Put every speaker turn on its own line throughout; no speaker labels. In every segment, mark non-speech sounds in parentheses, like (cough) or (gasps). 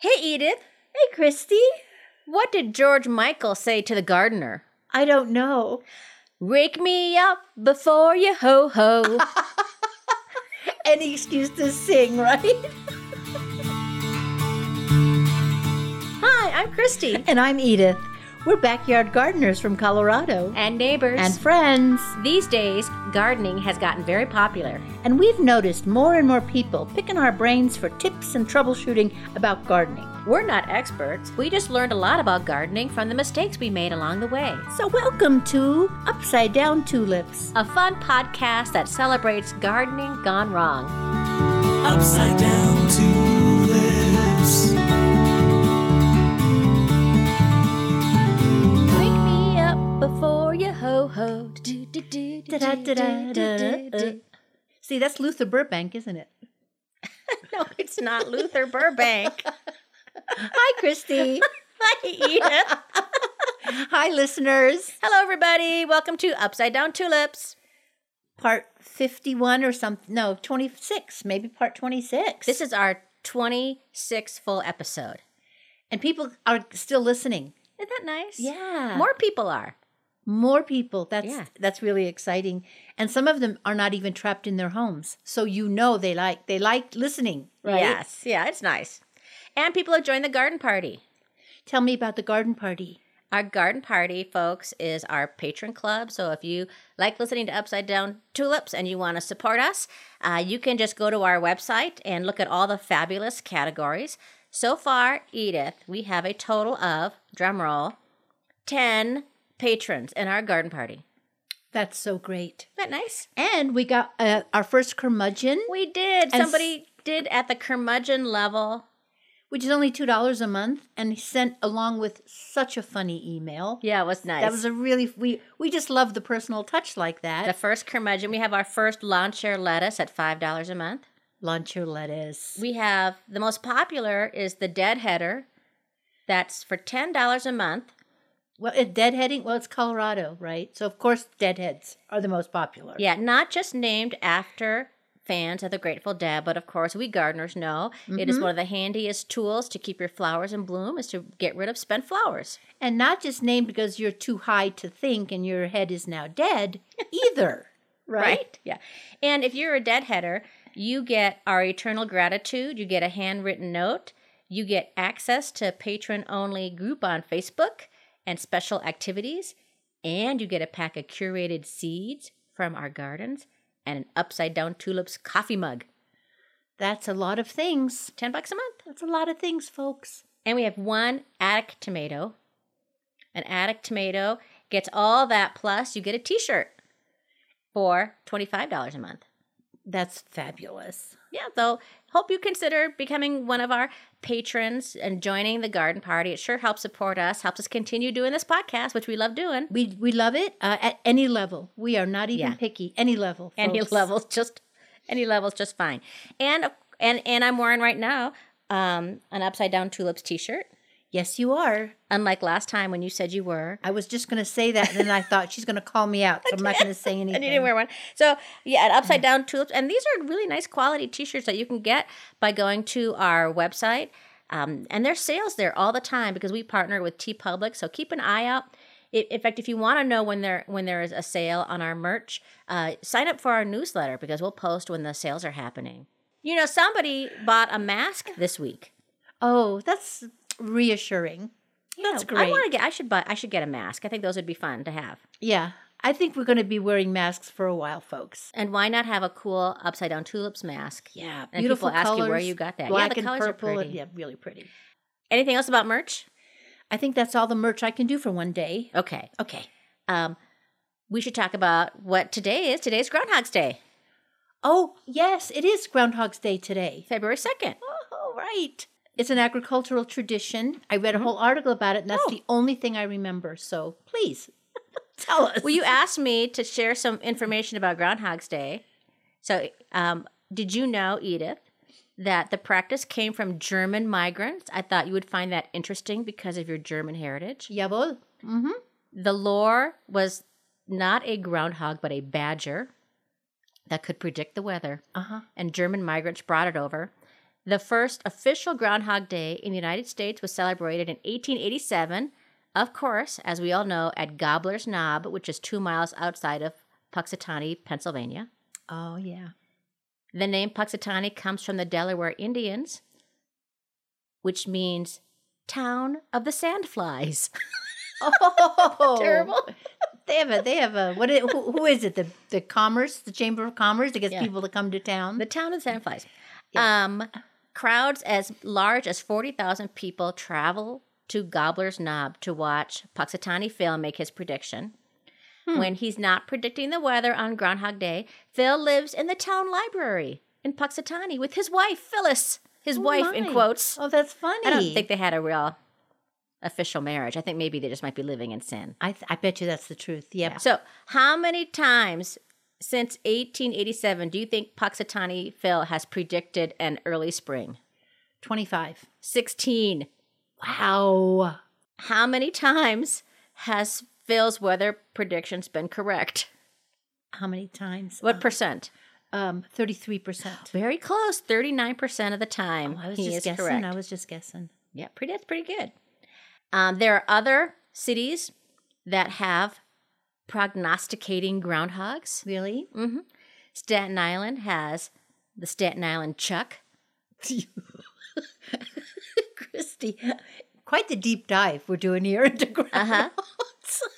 Hey, Edith.
Hey, Christy.
What did George Michael say to the gardener?
I don't know.
Wake me up before you ho ho.
Any excuse to sing, right? (laughs)
Hi, I'm Christy.
And I'm Edith. We're backyard gardeners from Colorado
And neighbors.
and friends.
these days, gardening has gotten very popular.
And we've noticed more and more people picking our brains for tips and troubleshooting about gardening.
We're not experts. We just learned a lot about gardening from the mistakes we made along the way.
So, welcome to Upside Down Tulips.
A fun podcast that celebrates gardening gone wrong.
upside down tulips.
Wake me up before you ho ho.
Da-da-da-da-da-da.
uh.
See, that's Luther Burbank, isn't it?
No, it's not Luther Burbank.
(laughs)
(laughs)
Hi, (laughs) Christy.
Hi, Edith.
Hi, listeners.
Hello, everybody. Welcome to Upside Down Tulips.
Part 51 or something. No, 26, maybe part 26.
This is our 26th full episode.
and people are still listening.
Isn't that nice?
Yeah.
More people are.
more people. That's
Yeah.
that's really exciting. And some of them are not even trapped in their homes. So you know they like they like listening, right?
Yes. Yeah, it's nice. And people have joined the garden party.
Tell me about the garden party.
Our garden party, folks, is our patron club. So if you like listening to Upside Down Tulips and you want to support us, uh, you can just go to our website and look at all the fabulous categories. So far, Edith, we have a total of, drumroll, 10 patrons in our garden party.
That's so great.
Isn't that nice?
And we got uh, our first curmudgeon,
We did.
And s-
Somebody did at the curmudgeon level.
which is only two dollars a month, and he sent along with such a funny email.
Yeah, it was nice.
That was a really we we just love the personal touch like that.
the first curmudgeon. We have our first lawn chair lettuce at five dollars a month.
Launch your lettuce.
We have the most popular is the deadheader. That's for ten dollars a month.
Well, it, deadheading. Well, it's Colorado, right? So of course, deadheads are the most popular.
Yeah, not just named after fans of the Grateful Dead, but of course we gardeners know it is one of the handiest tools to keep your flowers in bloom is to get rid of spent flowers.
And not just named because you're too high to think and your head is now
(laughs)
dead either, right?
Yeah. And if you're a deadheader, you get our eternal gratitude. You get a handwritten note. You get access to patron only group on Facebook and special activities. And you get a pack of curated seeds from our gardens and an upside down tulips coffee mug.
That's a lot of things.
10 bucks a month.
That's a lot of things, folks.
And we have one attic tomato. An attic tomato gets all that plus you get a t shirt for $25 a month.
That's fabulous.
yeah, though, hope you consider becoming one of our patrons and joining the garden party. It sure helps support us, helps us continue doing this podcast, which we love doing.
We we love it uh, at any level. We are not even
Yeah.
picky. Any level.
Any
folks.
levels, just any levels, just fine. And and and I'm wearing right now um, an upside down tulips T-shirt.
Yes, you are.
Unlike last time when you said you were,
I was just going to say that, and then I thought she's going to call me out,
(laughs)
so I'm not going to say anything.
and you didn't wear one. So yeah, an
Mm-hmm.
upside down tulips, and these are really nice quality T-shirts that you can get by going to our website. Um, and there's sales there all the time because we partner with T Public. So keep an eye out. I- In fact, if you want to know when there when there is a sale on our merch, uh, sign up for our newsletter because we'll post when the sales are happening. You know, somebody bought a mask this week.
Oh, that's reassuring. that's
I
great.
want to get. I should buy. I should get a mask. I think those would be fun to have.
yeah, I think we're going to be wearing masks for a while, folks.
And why not have a cool upside down tulips mask?
Yeah,
And people ask you where you got that. Yeah,
Black
the
and
colors are
purple.
pretty.
And, yeah, really pretty.
Anything else about merch?
I think that's all the merch I can do for one day.
Okay.
Okay.
Um, we should talk about what today is. Today's Groundhog's Day,
Oh yes, it is Groundhog's Day today.
February 2nd.
Oh right. It's an agricultural tradition. I read a whole article about it, and that's
Mm-hmm. Oh.
the only thing I remember. So please (laughs) tell us.
Well, you asked me to share some information about Groundhog's Day. So, um, did you know, Edith, that the practice came from German migrants? I thought you would find that interesting because of your German heritage.
Jawohl. Mm-hmm.
The lore was not a groundhog, but a badger that could predict the weather.
Uh huh.
and German migrants brought it over. The first official Groundhog Day in the United States was celebrated in 1887, of course, as we all know, at Gobbler's Knob, which is two miles outside of Puxatawny, Pennsylvania.
Oh yeah.
The name Puxatawny comes from the Delaware Indians, which means town of the (laughs) sandflies.
Oh,
(laughs) Terrible.
They have a. They have a. What? Is, who, who is it? The the commerce, the chamber of commerce that gets
Yeah.
people to come to town.
The town of the sandflies. Um, crowds as large as 40,000 people travel to Gobbler's Knob to watch Puxatani Phil make his prediction.
Hmm.
When he's not predicting the weather on Groundhog Day, Phil lives in the town library in Puxatani with his wife, Phyllis. His
Oh,
wife, in
my.
quotes.
Oh, that's funny.
I don't think they had a real official marriage. I think maybe they just might be living in sin.
I, th- I bet you that's the truth. Yeah.
So, how many times since 1887 do you think Puxatani Phil has predicted an early spring?
Twenty five.
16.
Wow.
How many times has Phil's weather predictions been correct?
How many times?
What percent?
Um, thirty three percent.
Very close, 39% of the time.
I was
Oh, he
just
is
guessing.
correct.
I was just guessing.
Yeah, pretty, that's pretty good. Um, there are other cities that have prognosticating groundhogs.
Really?
Mm. Staten Island has the Staten Island Chuck.
Christy, (laughs) quite the deep dive we're doing here (laughs) into ground.
Uh-huh.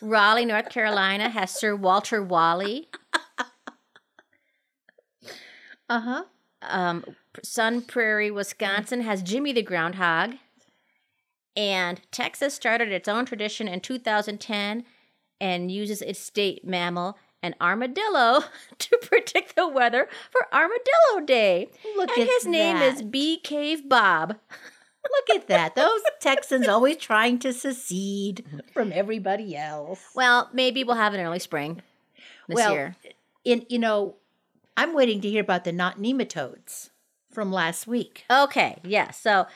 Raleigh, North Carolina has Sir Walter Wally.
Uh huh.
Um, Sun Prairie, Wisconsin has Jimmy the Groundhog. And Texas started its own tradition in 2010 and uses its state mammal, an armadillo, (laughs) to predict the weather for Armadillo Day.
Look
and
at
his name is
that.
Bee Cave Bob.
(laughs) Look at that. Those Texans always trying to secede from everybody else.
Well, maybe we'll have an early spring this
Well,
year.
In you know, I'm waiting to hear about the not nematodes from last week.
Okay, yeah. So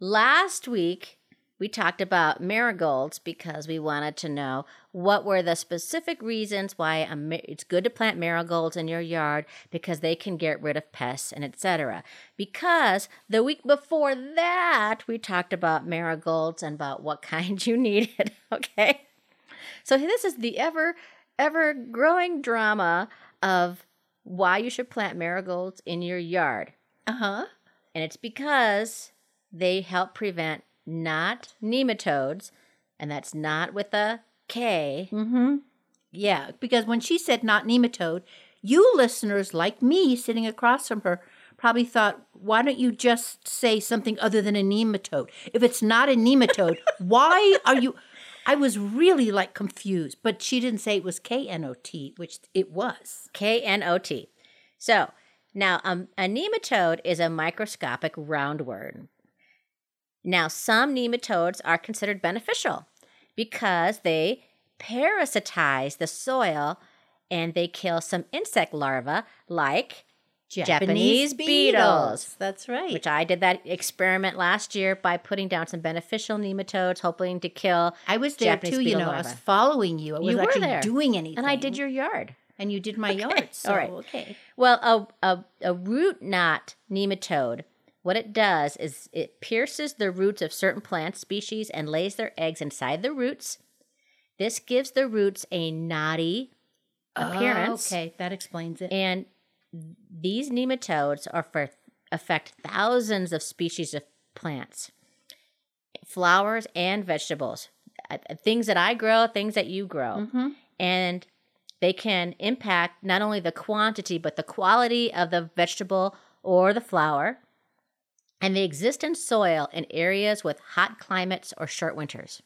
last week we talked about marigolds because we wanted to know what were the specific reasons why a ma- it's good to plant marigolds in your yard because they can get rid of pests and etc. Because the week before that we talked about marigolds and about what (laughs) kind you needed, (laughs) okay? So this is the ever ever growing drama of why you should plant marigolds in your yard
Uh
Uh-huh.
huh.
and it's because they help prevent not nematodes, and that's not with a K.
Mm-hmm. Yeah, because when she said not nematode, you listeners like me sitting across from her probably thought, why don't you just say something other than a nematode? If it's not a
(laughs)
nematode, why are you? I was really like confused, but she didn't say it was K N O T, which it was.
K N O T. So now um, a nematode is a microscopic roundworm. Now, some nematodes are considered beneficial because they parasitize the soil and they kill some insect larvae like Japanese beetles.
That's right.
which I did that experiment last year by putting down some beneficial nematodes, hoping to kill.
I was there
Japanese
too, you
beetle
know. I was
larva.
following you. I was
You were
actually
there.
doing anything.
And I did your yard.
and you did my yard. So
right.
okay.
Well, a, a, a root knot nematode, what it does is it pierces the roots of certain plant species and lays their eggs inside the roots. This gives the roots a knotty appearance.
Oh, okay, that explains it.
And these nematodes are for affect thousands of species of plants, flowers, and vegetables. Uh, Things that I grow, things that you grow. And they can impact not only the quantity, but the quality of the vegetable or the flower. And they exist in soil in areas with hot climates or short winters.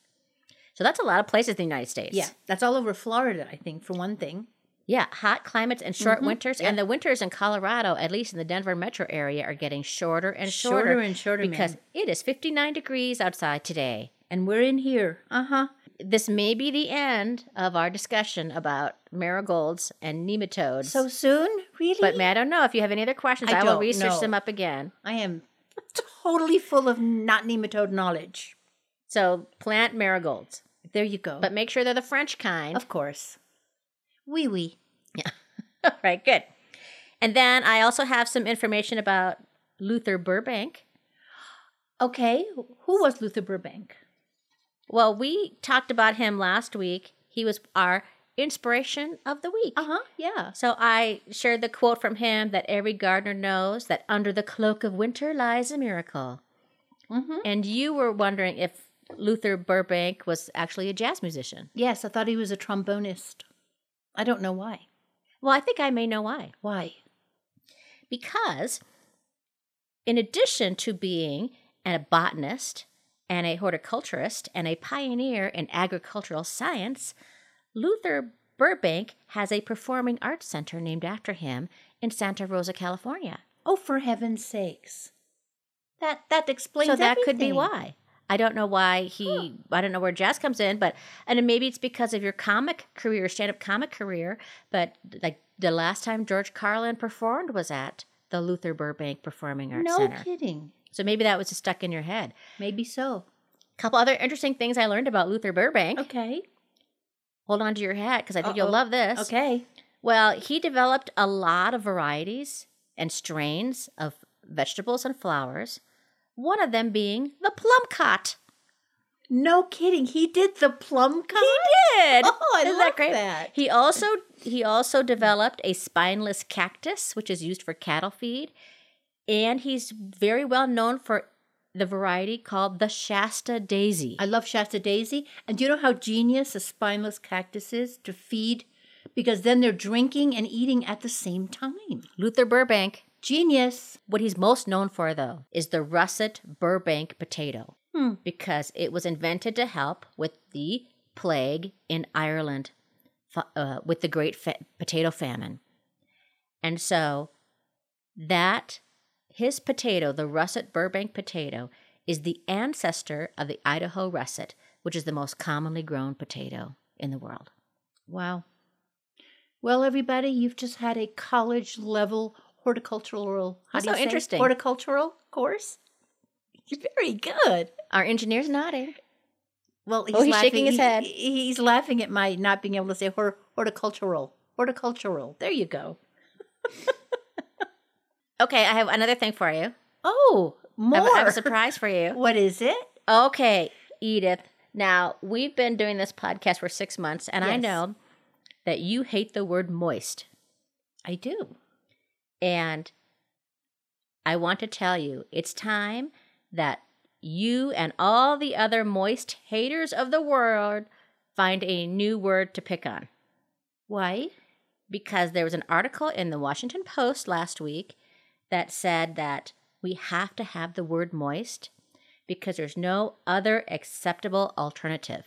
So that's a lot of places in the United States.
Yeah, that's all over Florida, I think, for one thing.
Yeah, hot climates and
Mm-hmm.
short winters, and the winters in Colorado, at least in the Denver metro area, are getting shorter and shorter,
Shorter and shorter, ma'am.
because it is 59 degrees outside today.
And we're in here. Uh huh.
This may be the end of our discussion about marigolds and nematodes.
So soon? Really?
but Matt, I don't know if you have any other questions.
I
I, will
don't
research
know.
them up again.
I am totally full of not nematode knowledge.
So plant marigolds,
There you go.
but make sure they're the French kind.
(laughs) of course. Wee wee.
All right, good. And then I also have some information about Luther Burbank.
Okay, who was Luther Burbank?
Well, we talked about him last week. He was our inspiration of the week.
Uh huh. Yeah.
So I shared the quote from him that every gardener knows that under the cloak of winter lies a miracle.
Mhm.
And you were wondering if Luther Burbank was actually a jazz musician.
Yes, I thought he was a trombonist. I don't know why.
Well, I think I may know why.
Why?
because in addition to being a botanist and a horticulturist and a pioneer in agricultural science, Luther Burbank has a performing arts center named after him in Santa Rosa, California.
Oh, for heaven's sakes! That that explains.
So that could be
everything.
why. I don't know why he, I don't know where jazz comes in, but, and maybe it's because of your comic career, stand up comic career, but like the last time George Carlin performed was at the Luther Burbank Performing Arts
No
Center.
kidding.
So maybe that was just stuck in your head.
Maybe so.
A couple other interesting things I learned about Luther Burbank.
Okay.
Hold on to your hat because I think you'll
Uh-oh.
love this.
Okay.
Well, he developed a lot of varieties and strains of vegetables and flowers, one of them being the plum cot.
No kidding. He did the plum cod.
He did.
(laughs) Oh, I
Isn't
love that.
He also he also developed a spineless cactus, which is used for cattle feed, and he's very well known for the variety called the Shasta daisy.
I love Shasta Daisy. And do you know how genius a spineless cactus is to feed? Because then they're drinking and eating at the same time.
Luther Burbank
Genius.
What he's most known for, though, is the russet Burbank potato because it was invented to help with the plague in Ireland fa- uh, with the Great fa- Potato Famine. And so that his potato, the russet Burbank potato, is the ancestor of the Idaho russet, which is the most commonly grown potato in the world.
Wow. Well, everybody, you've just had a college level horticultural. How
That's
do you
so
say?
interesting.
Horticultural course. Very good.
Our engineer's nodding.
Well, he's,
Oh, he's shaking
laughing-
his
he-
head.
he- he's laughing at my not being able to say hor- horticultural. Horticultural. There you go.
Okay, I have another thing for you.
Oh,
I
more.
have- I have a surprise for (laughs) you.
(laughs) What is it?
Okay, Edith. Now, we've been doing this podcast for six months, and I
Yes.
know that you hate the word moist.
I do.
And I want to tell you, it's time that you and all the other moist haters of the world find a new word to pick on.
Why?
Because there was an article in the Washington Post last week that said that we have to have the word moist because there's no other acceptable alternative.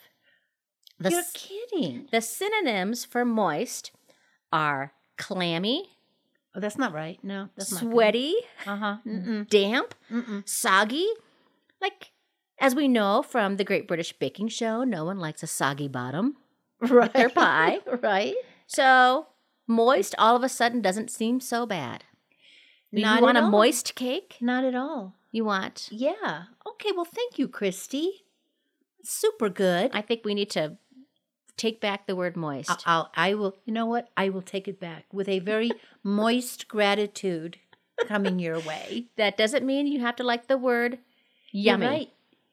The
You're
s-
kidding.
The synonyms for moist are clammy,
Oh, that's not right. No, that's not
sweaty,
Uh huh. Mm-mm.
damp, (laughs)
Mm-mm.
soggy. Like, as we know from the Great British Baking Show, no one likes a soggy bottom.
Right.
Their (laughs) pie.
right.
So, moist all of a sudden doesn't seem so bad.
Not
you want a
at all.
moist cake?
Not at all.
You want?
Yeah. Okay. Well, thank you, Christy. Super good.
I think we need to take back the word moist.
I- I'll. I will. You know what? I will take it back with
(laughs)
a very moist gratitude coming
(laughs)
your way.
that doesn't mean you have to like the word
You're
yummy.
right.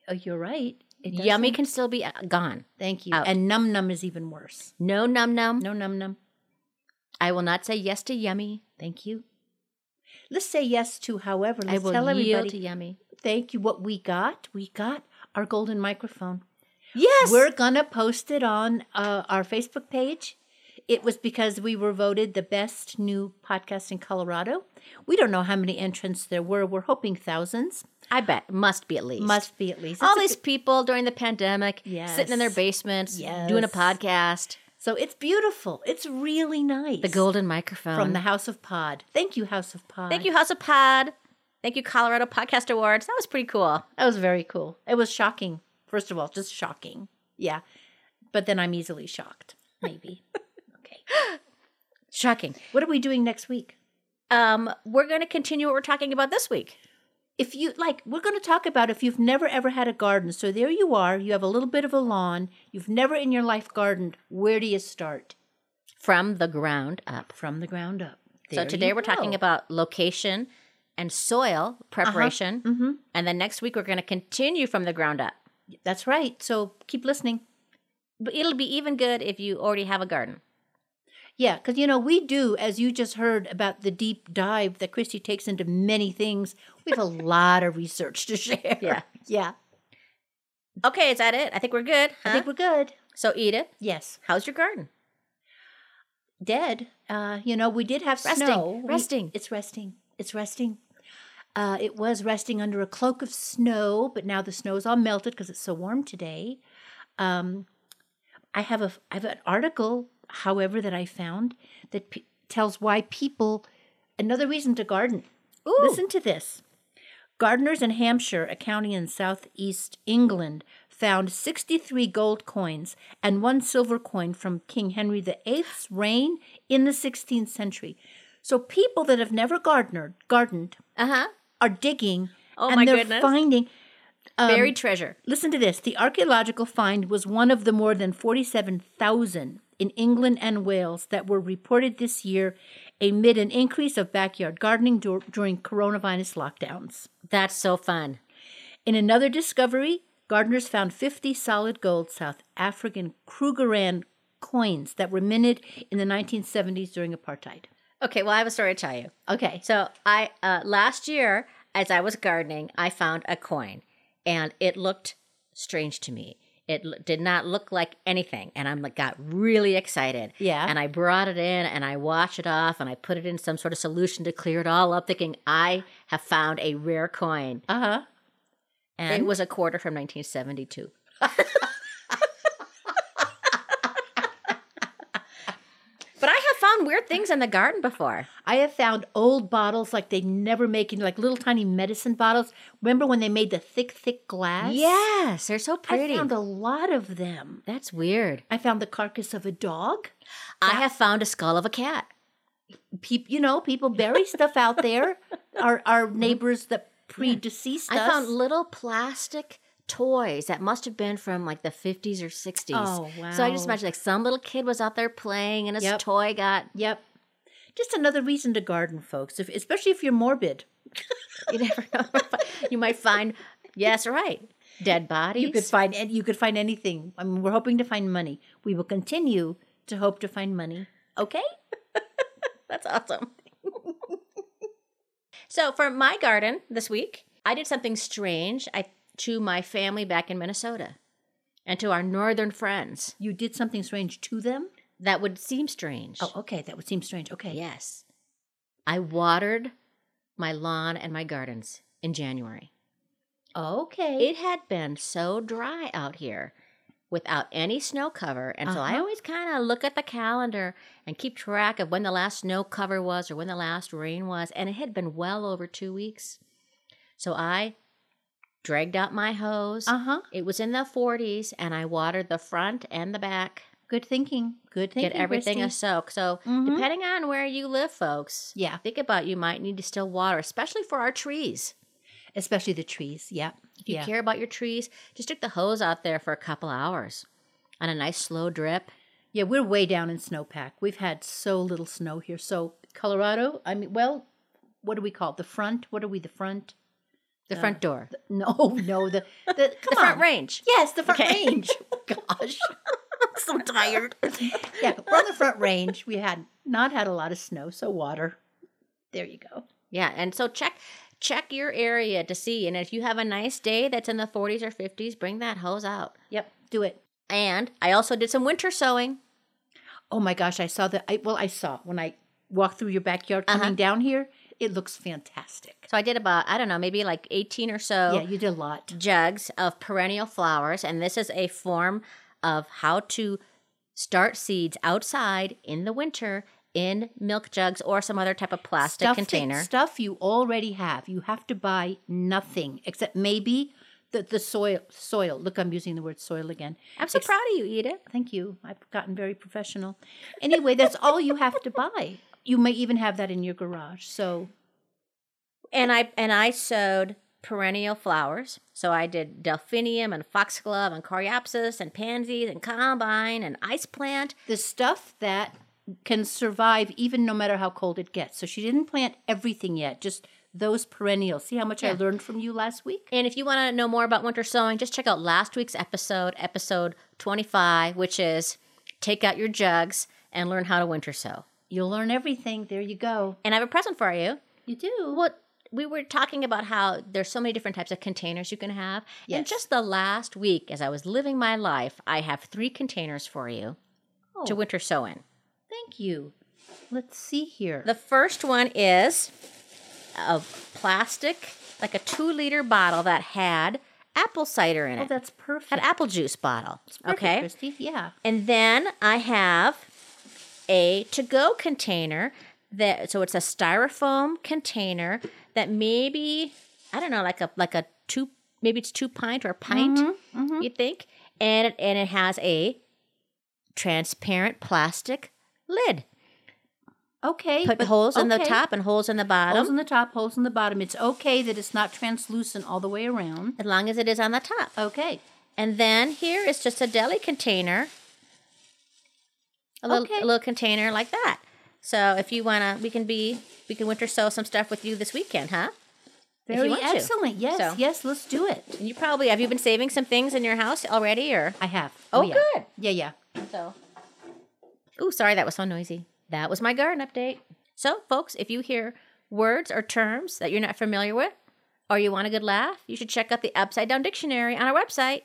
Oh, you're right. It does
Yummy
sound-
can still be uh, gone.
Thank you.
out.
And num num is even worse.
No num num.
No num num.
I will not say yes to yummy.
Thank you. Let's say yes to however. Let's
I will
tell
yield
everybody
to yummy.
thank you. What we got, we got our golden microphone.
Yes.
We're gonna post it on uh, our Facebook page. It was because we were voted the best new podcast in Colorado. We don't know how many entrants there were. We're hoping thousands.
I bet must be at least
Must be at least.
all
It's a
these people during the pandemic sitting in their
Yes.
basements doing a
Yes.
podcast.
good- so it's beautiful. It's really nice.
The golden microphone
from the House of Pod. Thank you, House of Pod.
Thank you, House of Pod. Thank you, Colorado Podcast Awards. That was pretty cool.
That was very cool. It was shocking. First of all, just shocking. Yeah. But then I'm easily shocked.
(laughs)
Maybe. okay.
Shocking.
What are we doing next week?
Um, we're going to continue what we're talking about this week.
If you like, we're going to talk about if you've never ever had a garden. So there you are. You have a little bit of a lawn. You've never in your life gardened. Where do you start?
From the ground up.
From the ground up.
so today we're talking about location and
Uh-huh.
soil preparation.
Mm-hmm.
And then next week, we're going to continue from the ground up.
That's right. So keep listening.
But it'll be even good if you already have a garden.
Yeah, because you know, we do, as you just heard about the deep dive that Christy takes into many things, we have a lot of research to (laughs) share.
Yeah.
Yeah.
Okay, is that it? I think we're good.
I
huh?
think we're good.
so, Edith,
Yes.
how's your garden?
Dead. Uh, you know, we did have
Resting.
snow. We-
Resting.
it's resting. It's resting. Uh, it was resting under a cloak of snow, but now the snow is all melted because it's so warm today. Um, I have a I have an article, however, that I found that p- tells why people another reason to garden.
Ooh.
Listen to this. Gardeners in Hampshire, a county in southeast England, found 63 gold coins and one silver coin from King Henry VIII's reign in the 16th century. So people that have never gardened, gardened
Uh huh.
are digging
Oh,
and
my
they're
goodness.
finding
Buried
Um,
treasure.
Listen to this. The archaeological find was one of the more than 47,000 in England and Wales that were reported this year amid an increase of backyard gardening dur- during coronavirus lockdowns.
That's so fun.
In another discovery, gardeners found 50 solid gold South African Krugerrand coins that were minted in the 1970s during apartheid.
Okay, well, I have a story to tell you.
Okay. So,
So I uh, last year, as I was gardening, I found a coin, and it looked strange to me. It l- did not look like anything, and I'm like got really excited.
Yeah.
And I brought it in, and I washed it off, and I put it in some sort of solution to clear it all up, thinking I have found a rare coin,
uh huh.
and it was a quarter from (laughs) 1972. But I have found weird things in the garden before.
I have found old bottles like they never make in like little tiny medicine bottles. Remember when they made the thick, thick glass?
Yes, they're so pretty.
I found a lot of them.
That's weird.
I found the carcass of a dog.
I have found a skull of a cat.
Peop, you know, people bury stuff out (laughs) there. Our our neighbors that predeceased
I
us.
found little plastic toys that must have been from like the 50s or 60s.
Oh,
So I just
wow.
imagine like some little kid was out there playing and his
Yep.
toy got, (laughs)
Yep. Just another reason to garden, folks, if, especially if you're morbid.
you never know. you might find, yes, right, dead bodies.
You could find and you could find anything. I mean, we're hoping to find money. We will continue to hope to find money. Okay?
(laughs) That's awesome. (laughs) so for my garden this week, I did something strange I, to my family back in Minnesota and to our northern friends
You did something strange to them?
that would seem strange.
Oh, okay. That would seem strange. Okay.
Yes. I watered my lawn and my gardens in January.
Okay.
It had been so dry out here without any snow cover. And so I
Uh-huh.
always kind of look at the calendar and keep track of when the last snow cover was or when the last rain was. And it had been well over two weeks. So I dragged out my hose.
Uh-huh.
It was in the 40s, and I watered the front and the back.
Good thinking. Good thinking.
Get everything a
Christy.
soak. So,
Mhm.
depending on where you live, folks,
Yeah.
think about you might need to still water, especially for our trees.
Especially the trees. Yeah.
If you
yeah.
care about your trees, just stick the hose out there for a couple hours on a nice slow drip.
Yeah, we're way down in snowpack. We've had so little snow here. So Colorado, I mean, well, what do we call it? The front? What are we? The front? (laughs)
The front door.
No, no, the the, Uh,
(laughs)
come
The front
on.
range.
Yes, the front
Okay.
range. Gosh,
(laughs)
I'm tired.
yeah, we're on the front range. We had not had a lot of snow, so water. There you go.
Yeah, and so check check your area to see. And if you have a nice day that's in the 40s or 50s, bring that hose out.
Yep, do it.
And I also did some winter sowing.
Oh my gosh, I saw the. I, well, I saw when I walked through your backyard coming down here. It looks fantastic.
So I did about I don't know maybe like 18 or so.
Yeah, you did a lot.
jugs of perennial flowers, and this is a form of how to start seeds outside in the winter in milk jugs or some other type of plastic
stuff that-
container.
stuff you already have. You have to buy nothing except maybe the, the soil. Soil. Look, I'm using the word soil again.
I'm so proud of you, Edith.
Thank you. I've gotten very professional. Anyway, that's all you have to buy. You may even have that in your garage. So
And I and I sowed perennial flowers. So I did delphinium and foxglove and coreopsis and pansies and columbine and ice plant.
the stuff that can survive even no matter how cold it gets. So she didn't plant everything yet, just those perennials. See how much I
Yeah.
learned from you last week?
And if you want to know more about winter sewing, just check out last week's episode, episode 25, which is take out your jugs and learn how to winter sew.
You'll learn everything. There you go.
And I have a present for you.
You do.
Well, we were talking about how there's so many different types of containers you can have. And
Yes.
just the last week, as I was living my life, I have three containers for you to
Oh.
winter sew in.
Thank you. Let's see here.
The first one is a plastic, like a two liter bottle that had apple cider in
oh,
it,
that's perfect.
an apple juice bottle.
Perfect,
okay.
Christy. Yeah.
And then I have a to go container that so it's a styrofoam container that maybe I don't know like a like a two maybe it's two pint or a pint
Mm-hmm,
you think and it, and it has a transparent plastic lid
Okay.
put
but-
holes in the
okay.
top and holes in the bottom
Holes in the top, holes in the bottom. It's okay that it's not translucent all the way around.
as long as it is on the top
Okay.
and then here is just a deli container a little,
Okay.
a little container like that. So if you wanna, we can be, we can winter sew some stuff with you this weekend, huh? you
Very
want to.
excellent. Yes,
So-
yes, let's do it.
And you probably have you been saving some things in your house already, or
I have.
Oh,
yeah.
good.
Yeah, yeah.
so. Ooh, sorry, that was so noisy. That was my garden update. So, folks, if you hear words or terms that you're not familiar with, or you want a good laugh, you should check out the Upside Down Dictionary on our website.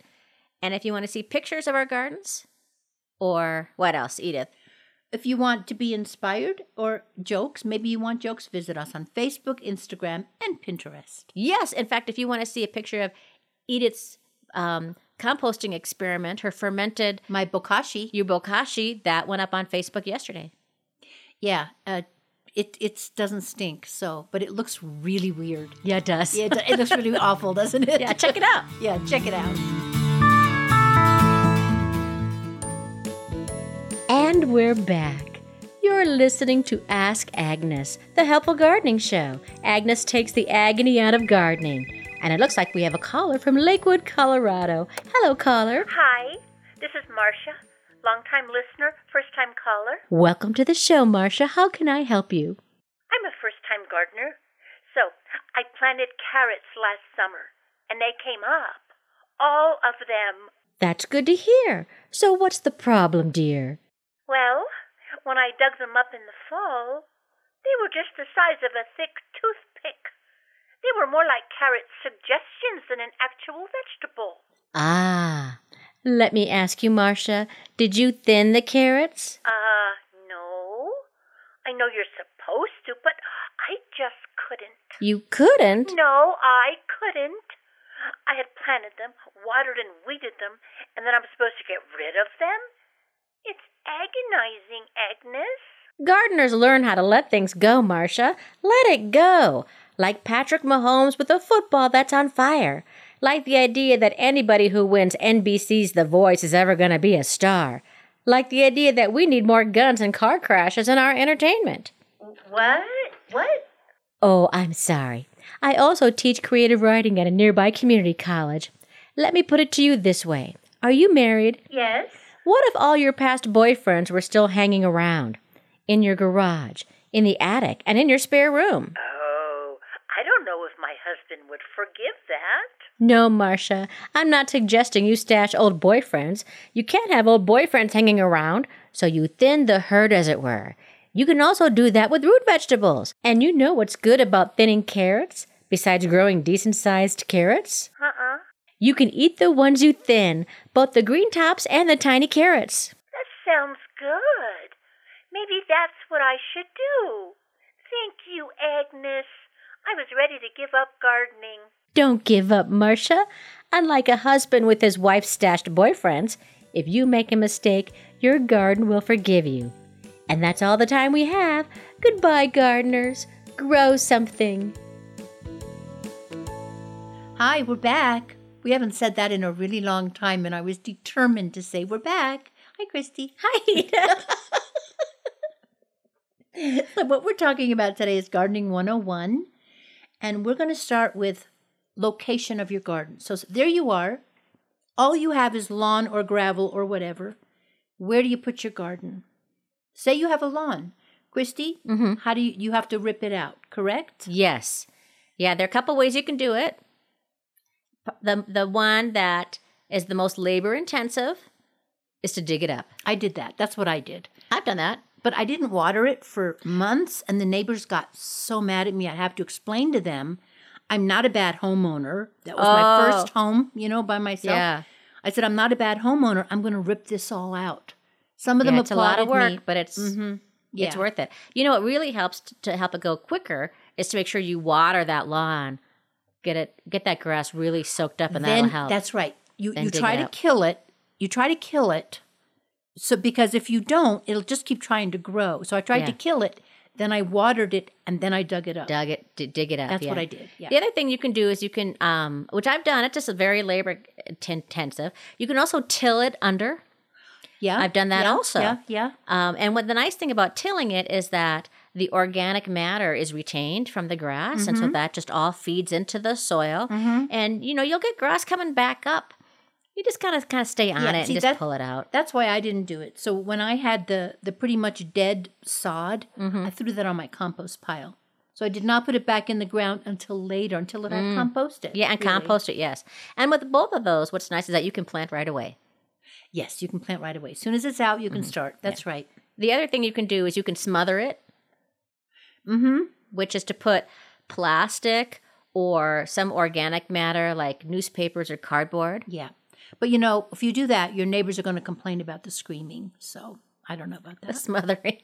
And if you want to see pictures of our gardens, or what else, Edith?
If you want to be inspired or jokes, maybe you want jokes, visit us on Facebook, Instagram, and Pinterest.
Yes, in fact, if you want to see a picture of Edith's um, composting experiment, her fermented
My bokashi.
yubokashi, that went up on Facebook yesterday.
Yeah, uh, it it doesn't stink, so but it looks really weird.
Yeah, it does.
Yeah, it, it looks really awful, doesn't it?
yeah, check it out.
(laughs) Yeah, check it out.
And we're back. You're listening to Ask Agnes, the helpful gardening show. Agnes takes the agony out of gardening. And it looks like we have a caller from Lakewood, Colorado. Hello, caller.
Hi, this is Marcia, longtime listener, first time caller.
Welcome to the show, Marcia. How can I help you?
I'm a first time gardener. So, I planted carrots last summer, and they came up. All of them.
That's good to hear. So, what's the problem, dear?
Well, when I dug them up in the fall, they were just the size of a thick toothpick. They were more like carrot suggestions than an actual vegetable.
Ah, let me ask you, Marcia, did you thin the carrots?
Uh, no. I know you're supposed to, but I just couldn't.
You couldn't.
No, I couldn't. I had planted them, watered and weeded them, and then I'm supposed to get rid of them? It's agonizing, Agnes.
Gardeners learn how to let things go, Marcia. Let it go. Like Patrick Mahomes with a football that's on fire. Like the idea that anybody who wins NBC's The Voice is ever going to be a star. Like the idea that we need more guns and car crashes in our entertainment.
What? What?
Oh, I'm sorry. I also teach creative writing at a nearby community college. Let me put it to you this way Are you married?
Yes.
What if all your past boyfriends were still hanging around? In your garage, in the attic, and in your spare room?
Oh, I don't know if my husband would forgive that.
No, Marcia, I'm not suggesting you stash old boyfriends. You can't have old boyfriends hanging around, so you thin the herd, as it were. You can also do that with root vegetables. And you know what's good about thinning carrots, besides growing decent sized carrots?
Uh uh
You can eat the ones you thin, both the green tops and the tiny carrots.
That sounds good. Maybe that's what I should do. Thank you, Agnes. I was ready to give up gardening.
Don't give up, Marcia. Unlike a husband with his wife's stashed boyfriends, if you make a mistake, your garden will forgive you. And that's all the time we have. Goodbye, gardeners. Grow something. (laughs)
Hi, we're back. We haven't said that in a really long time, and I was determined to say we're back. Hi, Christy.
Hi.
So, what we're talking about today is Gardening 101, and we're going to start with location of your garden. So, s- there you are. All you have is lawn or gravel or whatever. Where do you put your garden? Say you have a lawn. Christy, how do you, you have to rip it out, correct?
yes. Yeah, there are a couple ways you can do it. P- The the one that is the most labor intensive is to dig it up.
I did that. That's what I did.
I've done that.
But I didn't water it for months, and the neighbors got so mad at me. I have to explain to them I'm not a bad homeowner. That was my
Oh.
first home, you know, by myself.
Yeah.
I said, I'm not a bad homeowner. I'm going to rip this all out. Some of them
Yeah, it's a lot of work,
applauded me. Mm-hmm.
but it's it's
Yeah.
worth it. You know what really helps t- to help it go quicker is to make sure you water that lawn. Get it get that grass really soaked up and that'll
then
help.
that's right. You
Then
you
dig
try
it
to
up.
kill it. You try to kill it. So because if you don't, it'll just keep trying to grow. So I tried
Yeah.
to kill it, then I watered it, and then I dug it up.
dug it d- dig it up.
That's what
yeah.
I did. Yeah.
The other thing you can do is you can, um, which I've done, it's just very labor intensive. You can also till it under.
yeah.
I've done that
yeah,
also.
Yeah. Yeah.
Um, and what the nice thing about tilling it is that the organic matter is retained from the grass, and
Mm-hmm.
so that just all feeds into the soil. And you know, you'll get grass coming back up. You just gotta kind of stay on
Yeah,
it
see,
and just
that-
pull it out.
That's why I didn't do it. So when I had the the pretty much dead sod,
Mm-hmm.
I threw that on my compost pile. So I did not put it back in the ground until later, until it had composted.
Mm. Yeah, and
really.
compost it. Yes. And with both of those, what's nice is that you can plant right away.
Yes, you can plant right away. As soon as it's out, you can
Mm-hmm.
start. That's right.
The other thing you can do is you can smother it, mm-hmm. which is to put plastic or some organic matter like newspapers or cardboard. (laughs)
Yeah. But you know, if you do that, your neighbors are going to complain about the screaming. So I don't know about that. (laughs)
smothering.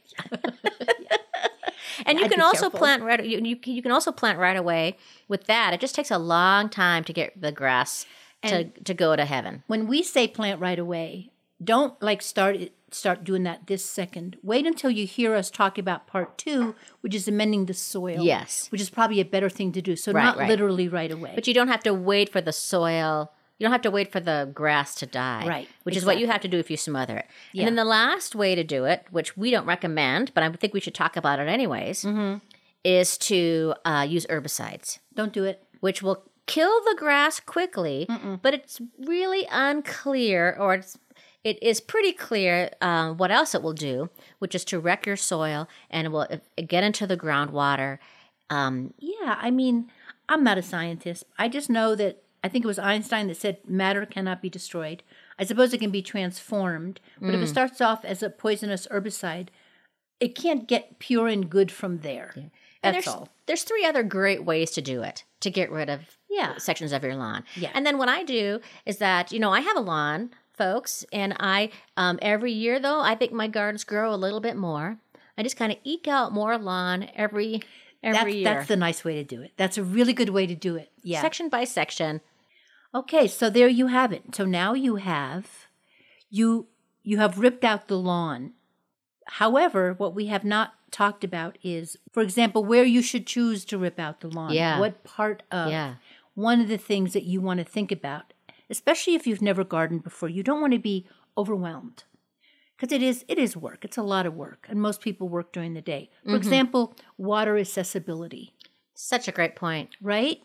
and you
I'd
can
be
also
careful.
plant right you, you, can- you can also plant right away with that. It just takes a long time to get the grass to, to go to heaven.
when we say plant right away, don't like start it, start doing that this second. Wait until you hear us talk about part two, which is amending the soil.
Yes.
which is probably a better thing to do. So
Right,
not
right.
literally right away.
But you don't have to wait for the soil. You don't have to wait for the grass to die.
Right,
Which is what you have to do if you smother it.
Yeah.
And then the last way to do it, which we don't recommend, but I think we should talk about it anyways,
Mm-hmm.
is to uh, use herbicides.
don't do it.
which will kill the grass quickly, but it's really unclear, or it's, it is pretty clear uh, what else it will do, which is to wreck your soil and it will uh, get into the groundwater. Um,
Yeah, I mean, I'm not a scientist. I just know that I think it was Einstein that said matter cannot be destroyed. I suppose it can be transformed, but
Mm.
if it starts off as a poisonous herbicide, it can't get pure and good from there.
and
That's
there's,
all.
There's three other great ways to do it to get rid of uh,
Yeah.
sections of your lawn.
Yeah.
And then what I do is that, you know, I have a lawn, folks, and I, um, every year though, I think my gardens grow a little bit more. I just kind of eke out more lawn every every
That's,
year.
that's the nice way to do it. That's a really good way to do it. Yeah.
section by section.
Okay, so there you have it. So now you have you you have ripped out the lawn. However, what we have not talked about is, for example, where you should choose to rip out the lawn.
Yeah.
What part of
Yeah.
one of the things that you want to think about, especially if you've never gardened before, you don't want to be overwhelmed. Because it is it is work. It's a lot of work. And most people work during the day.
Mm-hmm.
For example, water accessibility
Such a great point.
right?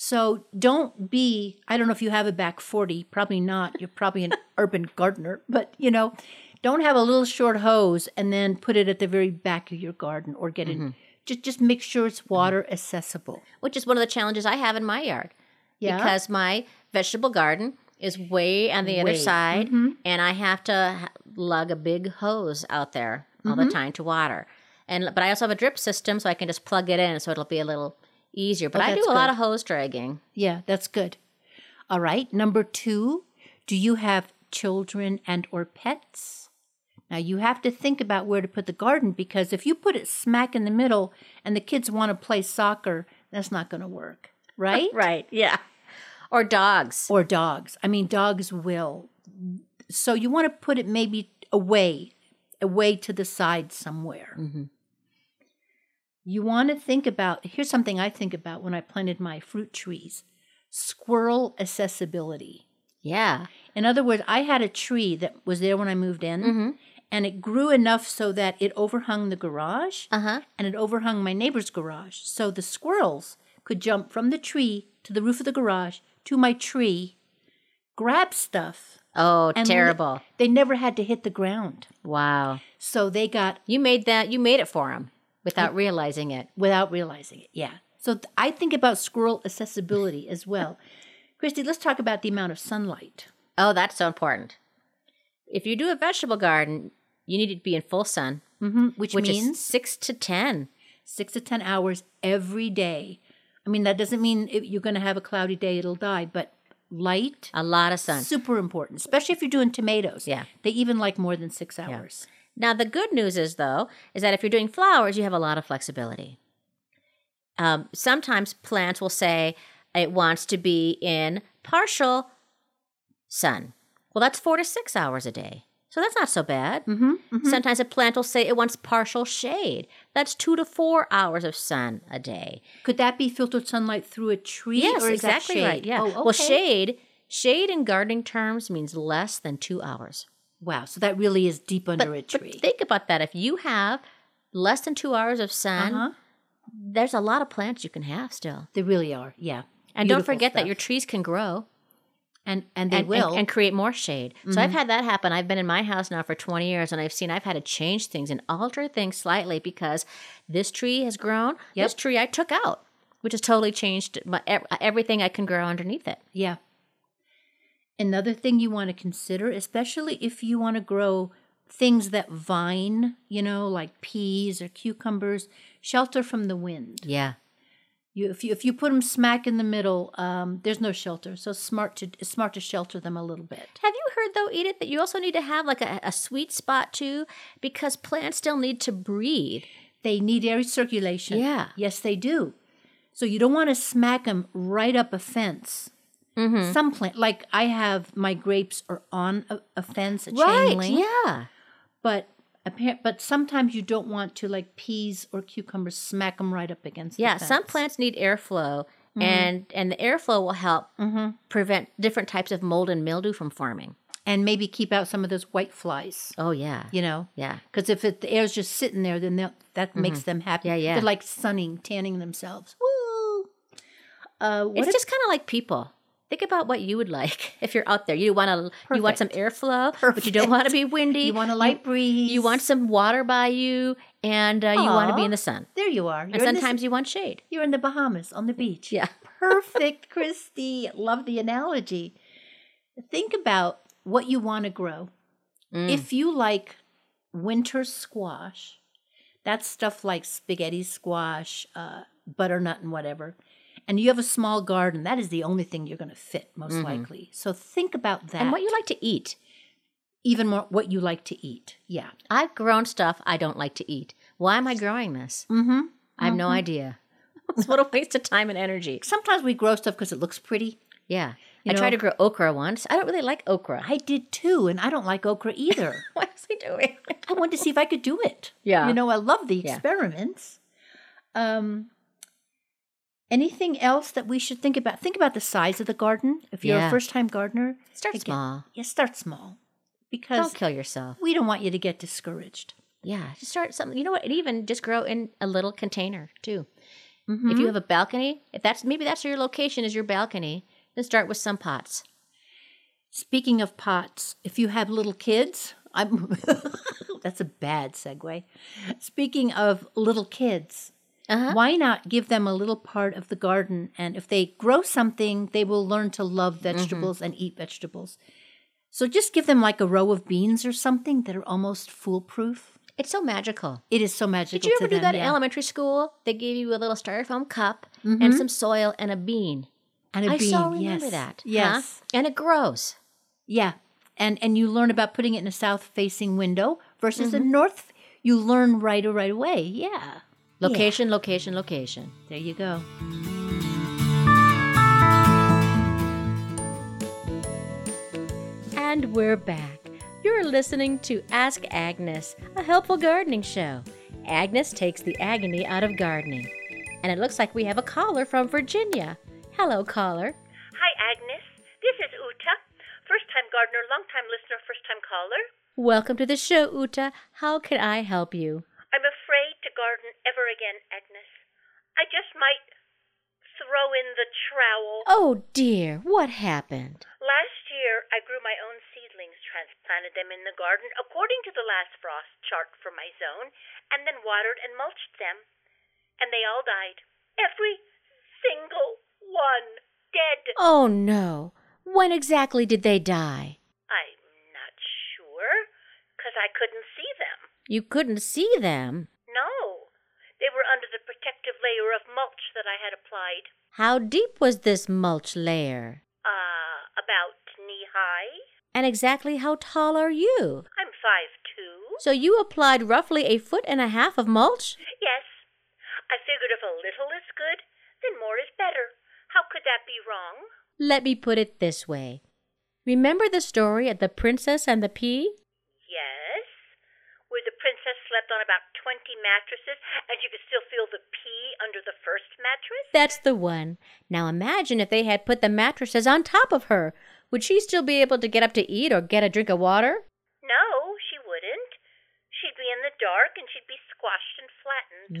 So don't be, I don't know if you have a back 40, probably not. You're probably an urban gardener, but you know, don't have a little short hose and then put it at the very back of your garden or get it. Just, just make sure it's water accessible.
Which is one of the challenges I have in my yard.
Yeah.
Because my vegetable garden is way on the other
Way. Mm-hmm.
side, and I have to h- lug a big hose out there all
Mm-hmm.
the time to water. And but I also have a drip system, so I can just plug it in, so it'll be a little easier. But I do a
Oh, that's
lot
good.
of hose dragging.
yeah, that's good. All right. Number two, do you have children and or pets? Now you have to think about where to put the garden because if you put it smack in the middle and the kids want to play soccer, that's not going to work, right?
Right. Yeah. Or dogs.
or dogs. I mean, dogs will. So you want to put it maybe away, away to the side somewhere. You want to think about here's something I think about when I planted my fruit trees squirrel accessibility.
Yeah.
In other words, I had a tree that was there when I moved in, and it grew enough so that it overhung the garage
Uh huh.
and it overhung my neighbor's garage. So the squirrels could jump from the tree to the roof of the garage to my tree, grab stuff.
Oh,
And li-
terrible!
They never had to hit the ground.
Wow.
So they got
You made that. You made it for him without realizing it.
without realizing it. Yeah. So th- I think about squirrel accessibility as well. Christy, let's talk about the amount of sunlight.
Oh, that's so important. If you do a vegetable garden, you need to be in full sun,
Mm-hmm. Which,
which
means
is six to 10.
six to 10 hours every day. I mean, that doesn't mean if you're going to have a cloudy day, it'll die, but light,
A lot of sun.
super important, especially if you're doing tomatoes.
Yeah.
They even like more than six hours.
Now, the good news is, though, is that if you're doing flowers, you have a lot of flexibility. Um, sometimes plants will say it wants to be in partial sun. Well, that's four to six hours a day. So that's not so bad. Mm-hmm, Sometimes a plant will say it wants partial shade. That's two to four hours of sun a day.
Could that be filtered sunlight through a tree?
Yes,
or is that
exactly
shade?
right. Yeah.
Oh, okay.
Well, shade, shade in gardening terms means less than two hours.
Wow. So that really is deep under a tree.
think about that. If you have less than two hours of sun,
Uh-huh.
there's a lot of plants you can have still.
They really are. Yeah.
And don't
Beautiful
forget that
stuff.
your trees can grow
and and they
and,
will.
and, and create more shade. So I've had that happen. I've been in my house now for 20 years and I've seen I've had to change things and alter things slightly because this tree has grown. This tree I took out, which has totally changed my, ev- everything I can grow underneath it.
yeah. Another thing you want to consider, especially if you want to grow things that vine, you know, like peas or cucumbers, shelter from the wind.
Yeah.
You if you if you put them smack in the middle, um, there's no shelter. So it's smart to it's smart to shelter them a little bit.
Have you heard though, Edith, that you also need to have like a, a sweet spot too because plants still need to breathe.
They need air circulation.
Yeah.
Yes, they do. So you don't want to smack them right up a fence.
Mm-hmm.
Some plant, like I have my grapes are on a, a fence, a chain link.
Yeah.
But apparent, but sometimes you don't want to like peas or cucumbers smack them right up against. the
Yeah, some
fence.
plants need airflow, and and the airflow will help prevent different types of mold and mildew from forming.
and maybe keep out some of those white flies.
Oh yeah,
You know,
yeah,
Because if it, the air's just sitting there, then they'll- that makes them happy.
Mm-hmm. Yeah, yeah.
They're like sunning, tanning themselves. Woo! Uh, what
it's just kind of like people. Think about what you would (laughs) like if you're out there. You want to you want some airflow, but you don't want to be windy.
if, you want a light breeze.
you want some water by you, and uh, you want to be
Aw.
in the sun.
There you are.
And
You're in the-
sometimes you want shade.
you're in the Bahamas on the beach.
Yeah. (laughs)
Perfect, Christy. Love the analogy. Think about what you want to grow.
Mm.
If you like winter squash, that's stuff like spaghetti squash, uh, butternut, and whatever. And you have a small garden, that is the only thing you're going to fit, most likely. So think about that.
Mm-hmm. And what you like to eat.
even more, what you like to eat. Yeah.
I've grown stuff I don't like to eat. Why am I growing this? Mm-hmm. I have no idea. (laughs) what a waste of time and energy.
Sometimes we grow stuff because it looks pretty.
Yeah.
You
I tried
know-
to grow okra once. I don't really like okra. (laughs)
I did too, and I don't like okra either.
what is he doing? (laughs)
I wanted to see if I could do it.
Yeah.
You know, I love the
Yeah.
experiments. Um anything else that we should think about? Think about the size of the garden. If you're
Yeah.
a first time gardener,
Start
Again,
small.
yeah, start small. Because
Don't kill yourself.
we don't want you to get discouraged.
Yeah. Just start something. You know what? And even just grow in a little container too.
Mm-hmm.
If you have a balcony, if that's maybe that's your location is your balcony, then start with some pots.
Speaking of pots, if you have little kids, I'm (laughs) that's a bad segue. Speaking of little kids,
Uh-huh.
why not give them a little part of the garden? And if they grow something, they will learn to love
Mm-hmm.
vegetables and eat vegetables. So just give them like a row of beans or something that are almost foolproof.
It's so magical.
It is so magical.
Did you
to
ever do
them,
that in
yeah.
elementary school? They gave you a little styrofoam cup and some soil and a bean.
Mm-hmm. And a
I
bean,
so remember
yes.
that. huh?
Yes.
And it grows.
Yeah. And and you learn about putting it in a south facing window versus
Mm-hmm.
a north you learn right right away. Yeah.
Location, location, location.
There you go.
And we're back. You're listening to Ask Agnes, a helpful gardening show. Agnes takes the agony out of gardening. And it looks like we have a caller from Virginia. Hello, caller.
Hi, Agnes. This is Uta. First time gardener, long time listener, first time caller.
Welcome to the show, Uta. How can I help you?
I'm afraid to garden ever again, Agnes. I just might throw in the trowel.
Oh dear, what happened?
Last year, I grew my own seedlings, transplanted them in the garden according to the last frost chart for my zone, and then watered and mulched them. And they all died. Every single one dead.
Oh no. When exactly did they die?
I'm not sure, 'cause I couldn't see them.
You couldn't see them.
No. They were under the protective layer of mulch that I had applied.
How deep was this mulch layer?
Uh, about knee high.
And exactly how tall are you?
I'm five two.
So you applied roughly a foot and a half of mulch?
Yes. I figured if a little is good, then more is better. How could that be wrong?
Let me put it this way. Remember the story of the princess and the pea?
Yes. Where the princess slept on about 20 mattresses and she could still feel the pee under the first mattress?
That's the one. Now imagine if they had put the mattresses on top of her. Would she still be able to get up to eat or get a drink of water?
No, she wouldn't. She'd be in the dark and she'd be squashed and flattened.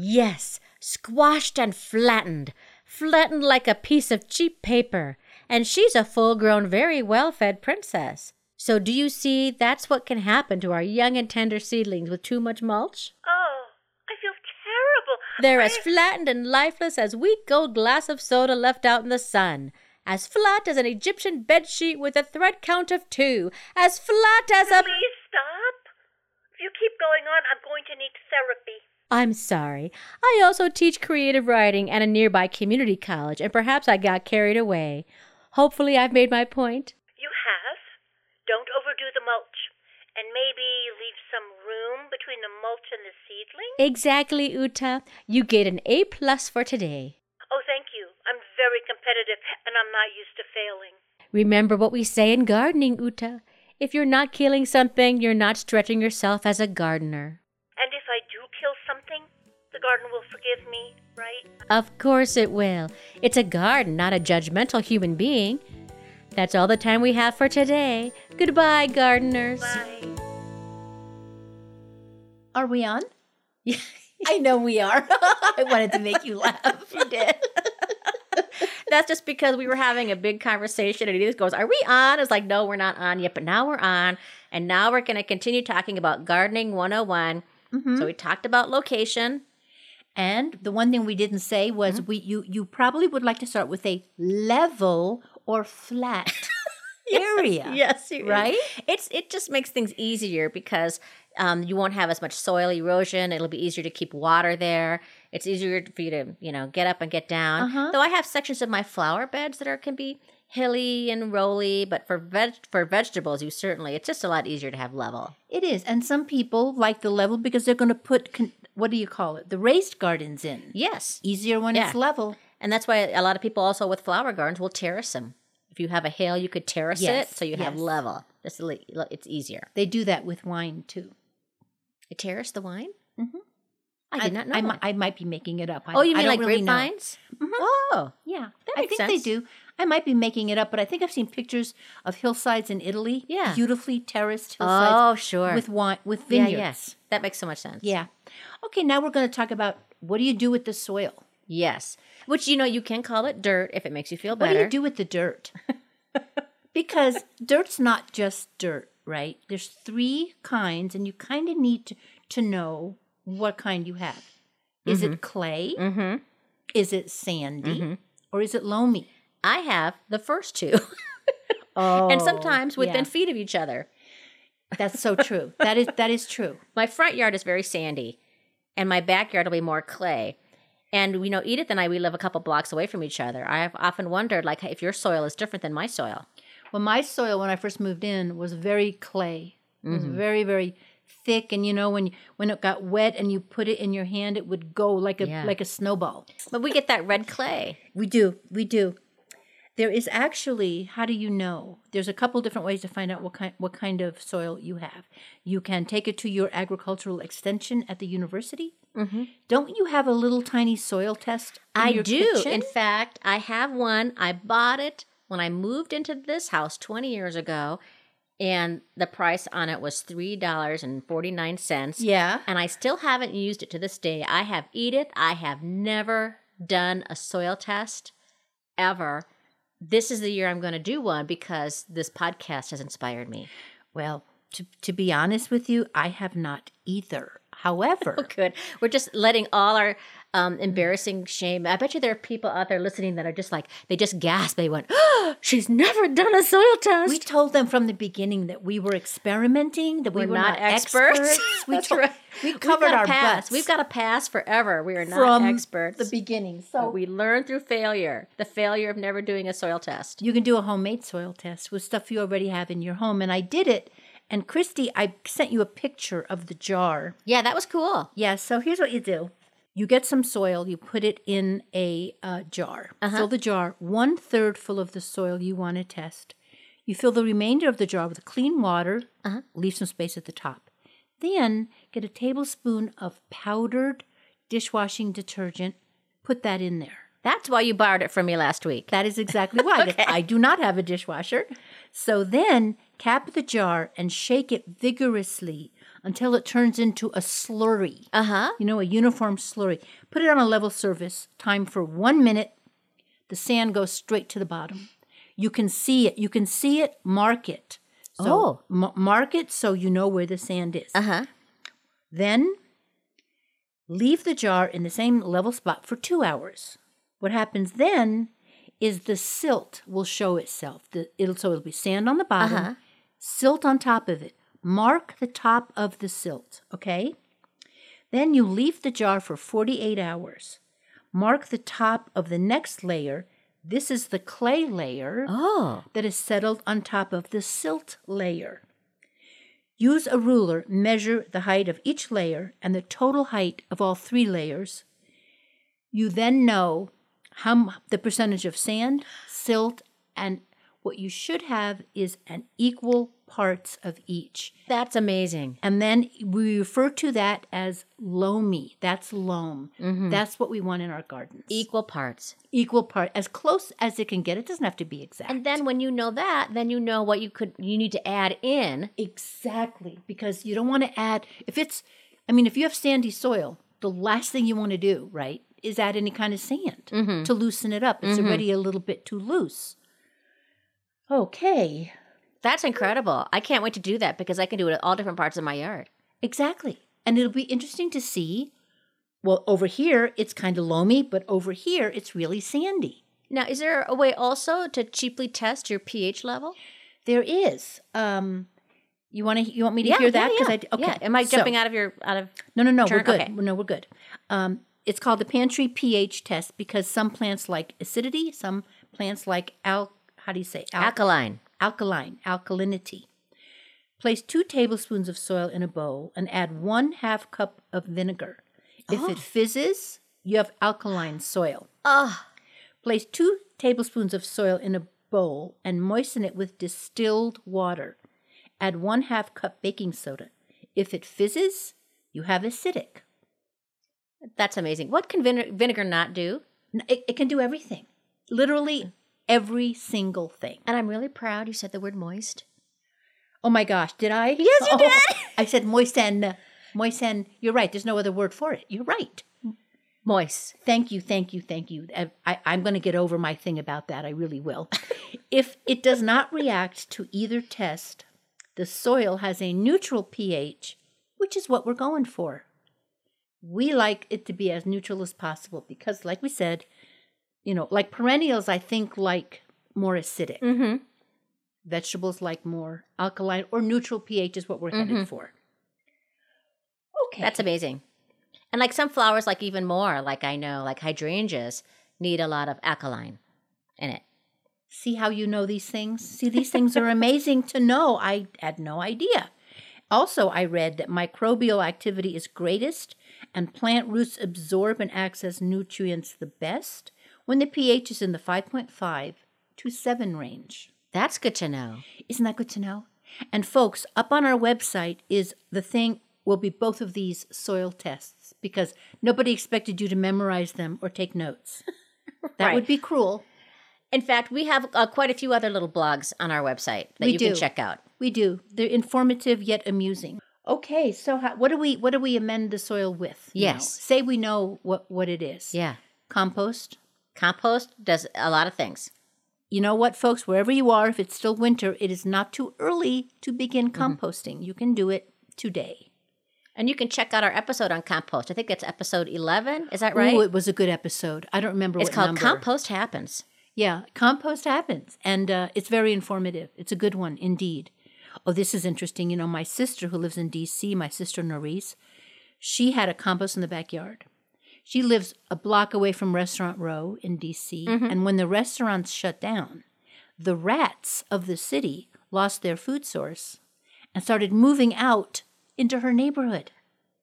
Mm. Yes, squashed and flattened, flattened like a piece of cheap paper. And she's a full grown, very well fed princess. So, do you see that's what can happen to our young and tender seedlings with too much mulch?
Oh, I feel terrible.
They're
I-
as flattened and lifeless as weak old glass of soda left out in the sun. As flat as an Egyptian bed sheet with a thread count of two. As flat as a.
Please stop. If you keep going on, I'm going to need therapy.
I'm sorry. I also teach creative writing at a nearby community college, and perhaps I got carried away. Hopefully, I've made my point.
You have. Don't overdo the mulch. And maybe leave some room between the mulch and the seedling?
Exactly, Uta. You get an A plus for today.
Oh, thank you. I'm very competitive and I'm not used to failing.
Remember what we say in gardening, Uta. If you're not killing something, you're not stretching yourself as a gardener.
And if I do kill something, the garden will forgive me, right?
Of course it will. It's a garden, not a judgmental human being. That's all the time we have for today. Goodbye, gardeners.
Bye.
Are we on? (laughs) I know
(laughs)
we are. I wanted to make you laugh. You did.
That's just because we were having a big conversation and he just goes, Are we on? It's like, No, we're not on yet, but now we're on. And now we're going to continue talking about gardening 101. So we talked about location.
And the one thing we didn't say was
Mm-hmm.
we you you probably would like to start with a level or flat area.
(laughs) Yes, you
Right?
It's it just makes things easier because um, you won't have as much soil erosion. It'll be easier to keep water there. It's easier for you to you know get up and get down.
Uh-huh.
Though I have sections of my flower beds that are can be hilly and rolly, but for veg for vegetables, you certainly it's just a lot easier to have level.
It is. And some people like the level because they're going to put con- what do you call it? The raised gardens in.
Yes,
Easier when it's
Yeah.
level.
and that's why a lot of people also with flower gardens will terrace them. If you have a hill, you could terrace
Yes,
it so you have
yes.
level. It's li- it's easier.
They do that with wine too.
You terrace the wine.
Mhm.
I did not know.
I, mi-
that.
I might be making it up. I,
Oh, you
I
mean
don't
like
really know. Mm-hmm.
grapevines? Oh,
Yeah,
That
I
makes
think they
sense.
do. I might be making it up, but I think I've seen pictures of hillsides in Italy.
Yeah.
beautifully terraced hillsides
oh, sure.
with wine with
yeah,
vineyards.
yes, that makes so much sense.
Yeah. Okay, now we're going to talk about what do you do with the soil?
yes. Which you know you can call it dirt if it makes you feel better.
What do you do with the dirt? because dirt's not just dirt, right? There's three kinds, and you kind of need to, to know what kind you have. Is it clay?
Mhm.
Is it sandy? Or is it loamy?
I have the first two, (laughs)
Oh,
and sometimes within
yeah.
feet of each other.
That's so true. That is that is true.
My front yard is very sandy, and my backyard will be more clay. And you know, Edith and I, we live a couple blocks away from each other. I have often wondered, like, if your soil is different than my soil.
Well, my soil when I first moved in was very clay. It was very very thick, and you know when when it got wet and you put it in your hand, it would go like a
Yeah.
like a snowball.
But we get that red clay.
We do, we do. There is actually, how do you know? There's a couple different ways to find out what kind what kind of soil you have. You can take it to your agricultural extension at the university. Don't you have a little tiny soil test? in
I
your
do.
kitchen?
In fact, I have one. I bought it when I moved into this house 20 years ago, and the price on it was $3.49.
yeah.
And I still haven't used it to this day. I have Edith, I have never done a soil test ever. This is the year I'm going to do one because this podcast has inspired me.
Well, to to be honest with you, I have not either. However, (laughs)
Good. We're just letting all our um, embarrassing shame. I bet you there are people out there listening that are just like, they just gasp. They went, (gasps) she's never done a soil test.
We told them from the beginning that we were experimenting, that we
We're
were
not
not,
experts.
(laughs)
(laughs)
We,
That's
told-
right.
we
We've
covered
got a
our
pass.
butts.
We've got a pass forever. We are not
from
experts.
the beginning.
But
So
we learn through failure, the failure of never doing a soil test.
you can do a homemade soil test with stuff you already have in your home. And I did it. And Christy, I sent you a picture of the jar.
Yeah, that was cool.
Yeah, so here's what you do. You get some soil, you put it in a uh, jar. Fill the jar one third full of the soil you want to test. You fill the remainder of the jar with clean water, leave some space at the top. Then get a tablespoon of powdered dishwashing detergent, put that in there.
That's why you borrowed it from me last week.
That is exactly why. I do not have a dishwasher. So then cap the jar and shake it vigorously until it turns into a slurry.
Uh huh.
You know, a uniform slurry. Put it on a level surface, time for one minute. The sand goes straight to the bottom. You can see it. You can see it, mark it. So m- mark it so you know where the sand is.
Uh huh.
Then leave the jar in the same level spot for two hours. What happens then is the silt will show itself. The, it'll so it'll be sand on the bottom, silt on top of it. Mark the top of the silt, okay? Then you leave the jar for 48 hours. Mark the top of the next layer. This is the clay layer
Oh.
that is settled on top of the silt layer. Use a ruler, measure the height of each layer and the total height of all three layers. You then know how m- the percentage of sand, silt, and what you should have is an equal parts of each.
That's amazing.
And then we refer to that as loamy. That's loam. That's what we want in our gardens.
Equal parts.
equal part, as close as it can get. It doesn't have to be exact.
And then when you know that, then you know what you could you need to add in.
Exactly, because you don't want to add if it's I mean if you have sandy soil, the last thing you want to do, right, is add any kind of sand
Mm-hmm.
to loosen it up. It's already a little bit too loose. Okay.
That's incredible. I can't wait to do that because I can do it at all different parts of my yard.
Exactly. And it'll be interesting to see well, over here it's kind of loamy, but over here it's really sandy.
Now, is there a way also to cheaply test your pH level?
There is. Um you want to you want me to
Yeah,
hear
yeah,
that
yeah.
I d- okay.
Yeah. Am I
So-
jumping out of your out of
No, no, no.
Turn-
we're good.
okay.
No, we're good. Um, it's called the pantry pH test because some plants like acidity, some plants like al. How do you say al-
alkaline?
alkaline alkalinity? Place two tablespoons of soil in a bowl and add one half cup of vinegar. If it fizzes, you have alkaline soil.
Oh,
Place two tablespoons of soil in a bowl and moisten it with distilled water. Add one half cup baking soda. If it fizzes, you have acidic.
that's amazing. What can vine- vinegar not do?
N- It, it can do everything. Literally every single thing.
And I'm really proud you said the word moist.
Oh my gosh, did I? Yes,
you did.
(laughs) I said moisten. Moisten. You're right. There's no other word for it. You're right.
Moist.
Thank you, thank you, thank you. I, I, I'm going to get over my thing about that. I really will. (laughs) if it does not react to either test, the soil has a neutral pH, which is what we're going for. We like it to be as neutral as possible because, like we said, you know, like perennials, I think like more acidic.
Mhm.
Vegetables like more alkaline or neutral pH is what we're headed for. Okay.
That's amazing. And like some flowers, like even more, like I know, like hydrangeas need a lot of alkaline in it.
See how you know these things? See, these things are amazing to know. I had no idea. Also, I read that microbial activity is greatest and plant roots absorb and access nutrients the best when the pH is in the 5.5 to 7 range.
That's good to know.
Isn't that good to know? And folks, up on our website is the thing will be both of these soil tests because nobody expected you to memorize them or take notes. (laughs) That
Right.
would be cruel.
In fact, we have uh, quite a few other little blogs on our website that
We
you can
do.
check out.
We do. They're informative yet amusing. Okay, so how, what do we what do we amend the soil with? now?
Yes.
Say we know what what it is.
Yeah.
Compost.
Compost does a lot of things.
You know what, folks? Wherever you are, if it's still Mm-hmm. winter, it is not too early to begin composting. You can do it today.
And you can check out our episode on compost. I think that's episode 11. Is that right?
Ooh, it was a good episode. I don't remember
it's
what
called
number.
Compost Happens.
Yeah, compost happens, and uh, it's very informative. It's a good one indeed. Oh, this is interesting. You know, my sister who lives in D.C., my sister Norris, she had a compost in the backyard. She lives a block away from Restaurant Row in D.C., and when the restaurants shut down, the rats of the city lost their food source and started moving out into her neighborhood.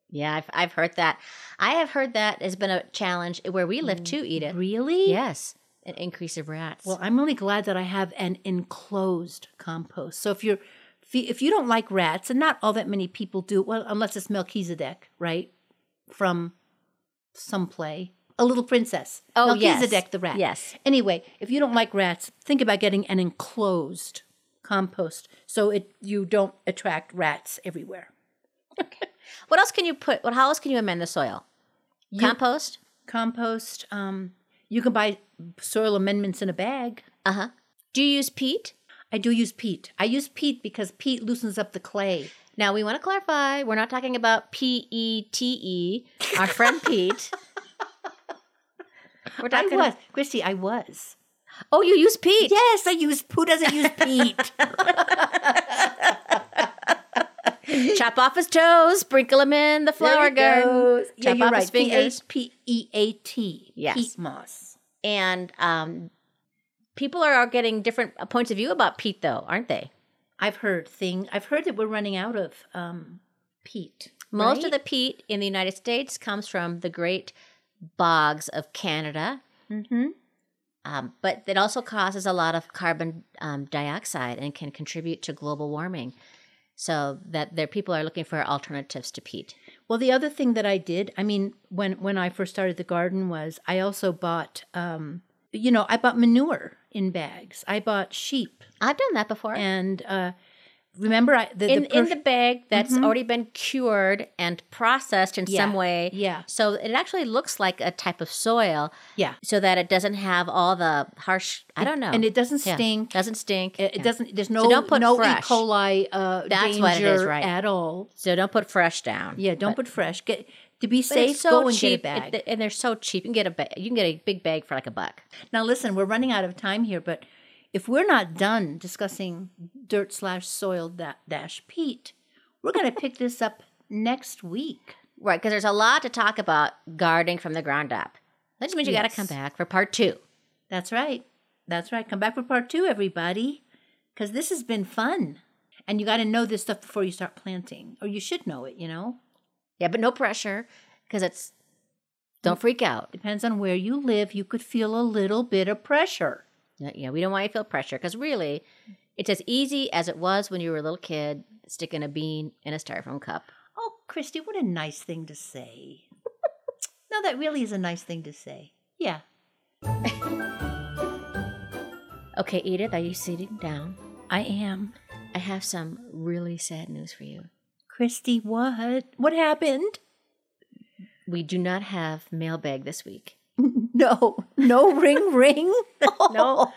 Yeah, I've, I've heard that. I have heard that has been a challenge where we live too, Edith.
Mm, Really?
Yes, an increase of rats.
Well, I'm really glad that I have an enclosed compost. So if you're if you, if you don't like rats, and not all that many people do, well, unless it's Melchizedek, right? From some play, A Little Princess.
Oh, yes.
Melchizedek the rat.
Yes.
Anyway, if you don't like rats, think about getting an enclosed compost so it you don't attract rats everywhere.
what else can you put? What how else can you amend the soil? Compost.
Compost. Um, you can buy soil amendments in a bag.
Uh huh. Do you use peat?
I do use peat. I use peat because peat loosens up the clay.
Now we want to clarify. We're not talking about P E T E. Our friend
(laughs)
Pete. We're
I
talking.
was, Christy. I was.
Oh, you use peat.
Yes, I use. Who
(laughs)
doesn't use peat?
(laughs) Chop off his toes. Sprinkle him in the flower garden.
Yeah,
Chop
you're
off
right.
his fingers.
P E A T.
Yes.
Peat moss.
And um, people are, are getting different uh, points of view about peat, though, aren't they?
I've heard thing. I've heard that we're running out of um, peat.
Most
right?
of the peat in the United States comes from the great bogs of Canada,
Mhm.
um, but it also causes a lot of carbon um, dioxide and can contribute to global warming. So that their people are looking for alternatives to peat.
Well, the other thing that I did, I mean, when when I first started the garden was I also bought, um, you know, I bought manure in bags. I bought sheep,
I've done that before.
and uh, remember, I the,
in
the
in
perf-
the bag that's already been cured and processed in some
Yeah,
way.
yeah.
So it actually looks like a type of soil,
yeah,
so that it doesn't have all the harsh. I don't know.
and it doesn't
Oh, Yeah.
stink.
Doesn't stink.
It, it
Yeah.
doesn't. There's no
don't put
no
fresh.
E. coli uh,
That's
danger
what it is, right.
at all.
So don't put fresh down.
Yeah, don't put fresh. Get to be
But
safe.
it's so
go and
cheap,
get a bag.
it- and they're so cheap. You can get a ba- you can get a big bag for like a buck.
now listen, we're running out of time here, but if we're not done discussing dirt slash soil da- dash peat, we're gonna pick this up next week.
Right, because there's a lot to talk about gardening from the ground up. That just means you got
Yes.
to come back for part two.
That's right. That's right. Come back for part two, everybody, because this has been fun. And you got to know this stuff before you start planting, or you should know it. You know,
Yeah, but no pressure because it's
Mm.
don't freak out.
depends on where you live. You could feel a little bit of pressure.
Yeah, yeah, we don't want you to feel pressure because really, it's as easy as it was when you were a little kid sticking a bean in a styrofoam cup.
Oh, Christy, what a nice thing to say. (laughs) no, that really is a nice thing to say. Yeah.
Okay, Edith, are you sitting down?
I am.
I have some really sad news for you.
Christy, what? What happened? (laughs)
We do not have mailbag this week.
No. No (laughs) ring ring.
No.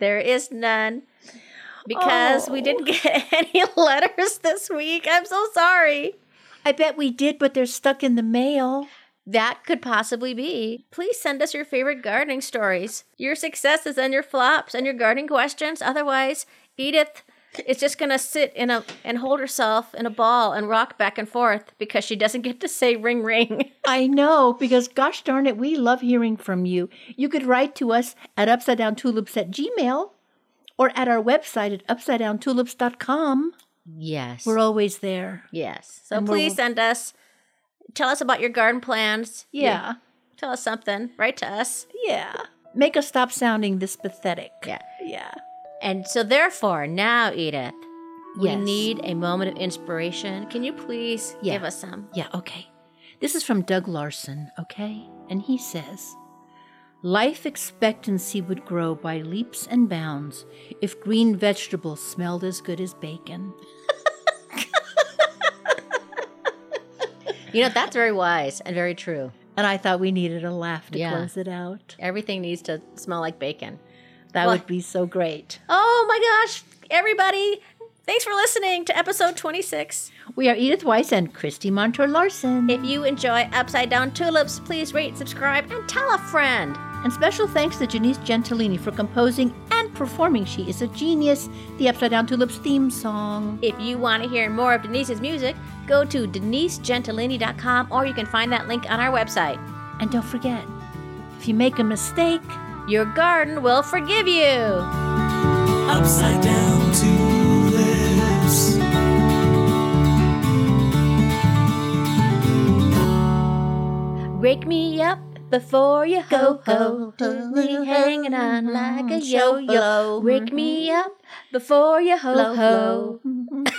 There is none Oh. because we didn't get (laughs) any letters this week. I'm so sorry.
(laughs) I bet we did, but they're stuck in the mail.
That could possibly be. Please send us your favorite gardening stories, your successes and your flops and your gardening questions. Otherwise, Edith is just going to sit in a and hold herself in a ball and rock back and forth because she doesn't get to say ring ring.
I know, because gosh darn it, we love hearing from you. You could write to us at upside down tulips at gmail or at our website at upside down tulips.com.
Yes.
We're always there.
yes. So
And we're-
please send us tell us about your garden plans.
Yeah.
Tell us something. Write to us.
Yeah. Make us stop sounding this pathetic.
Yeah.
Yeah.
And so, therefore, now, Edith, we
Yes.
need a moment of inspiration. Can you please
Yeah.
give us some?
Yeah, okay. This is from Doug Larson, okay? And he says Life expectancy would grow by leaps and bounds if green vegetables smelled as good as bacon.
You know, that's very wise and very true.
And I thought we needed a laugh to
Yeah.
close it out.
Everything needs to smell like bacon.
That
Well-
would be so great.
Oh my gosh, everybody, Thanks for listening to episode 26.
We are Edith Weiss and Christy Montour Larson.
If you enjoy Upside Down Tulips, please rate, subscribe, and tell a friend.
And special thanks to Janice Gentilini for composing and performing She is a Genius, the Upside Down Tulips theme song.
If you want to hear more of Denise's music, go to denisegentilini.com or you can find that link on our website.
And don't forget, if you make a mistake,
Your garden will forgive you.
upside down tulips.
Rake me up before you go ho. Hanging on like a yo yo. Rake me up before you ho ho.
ho.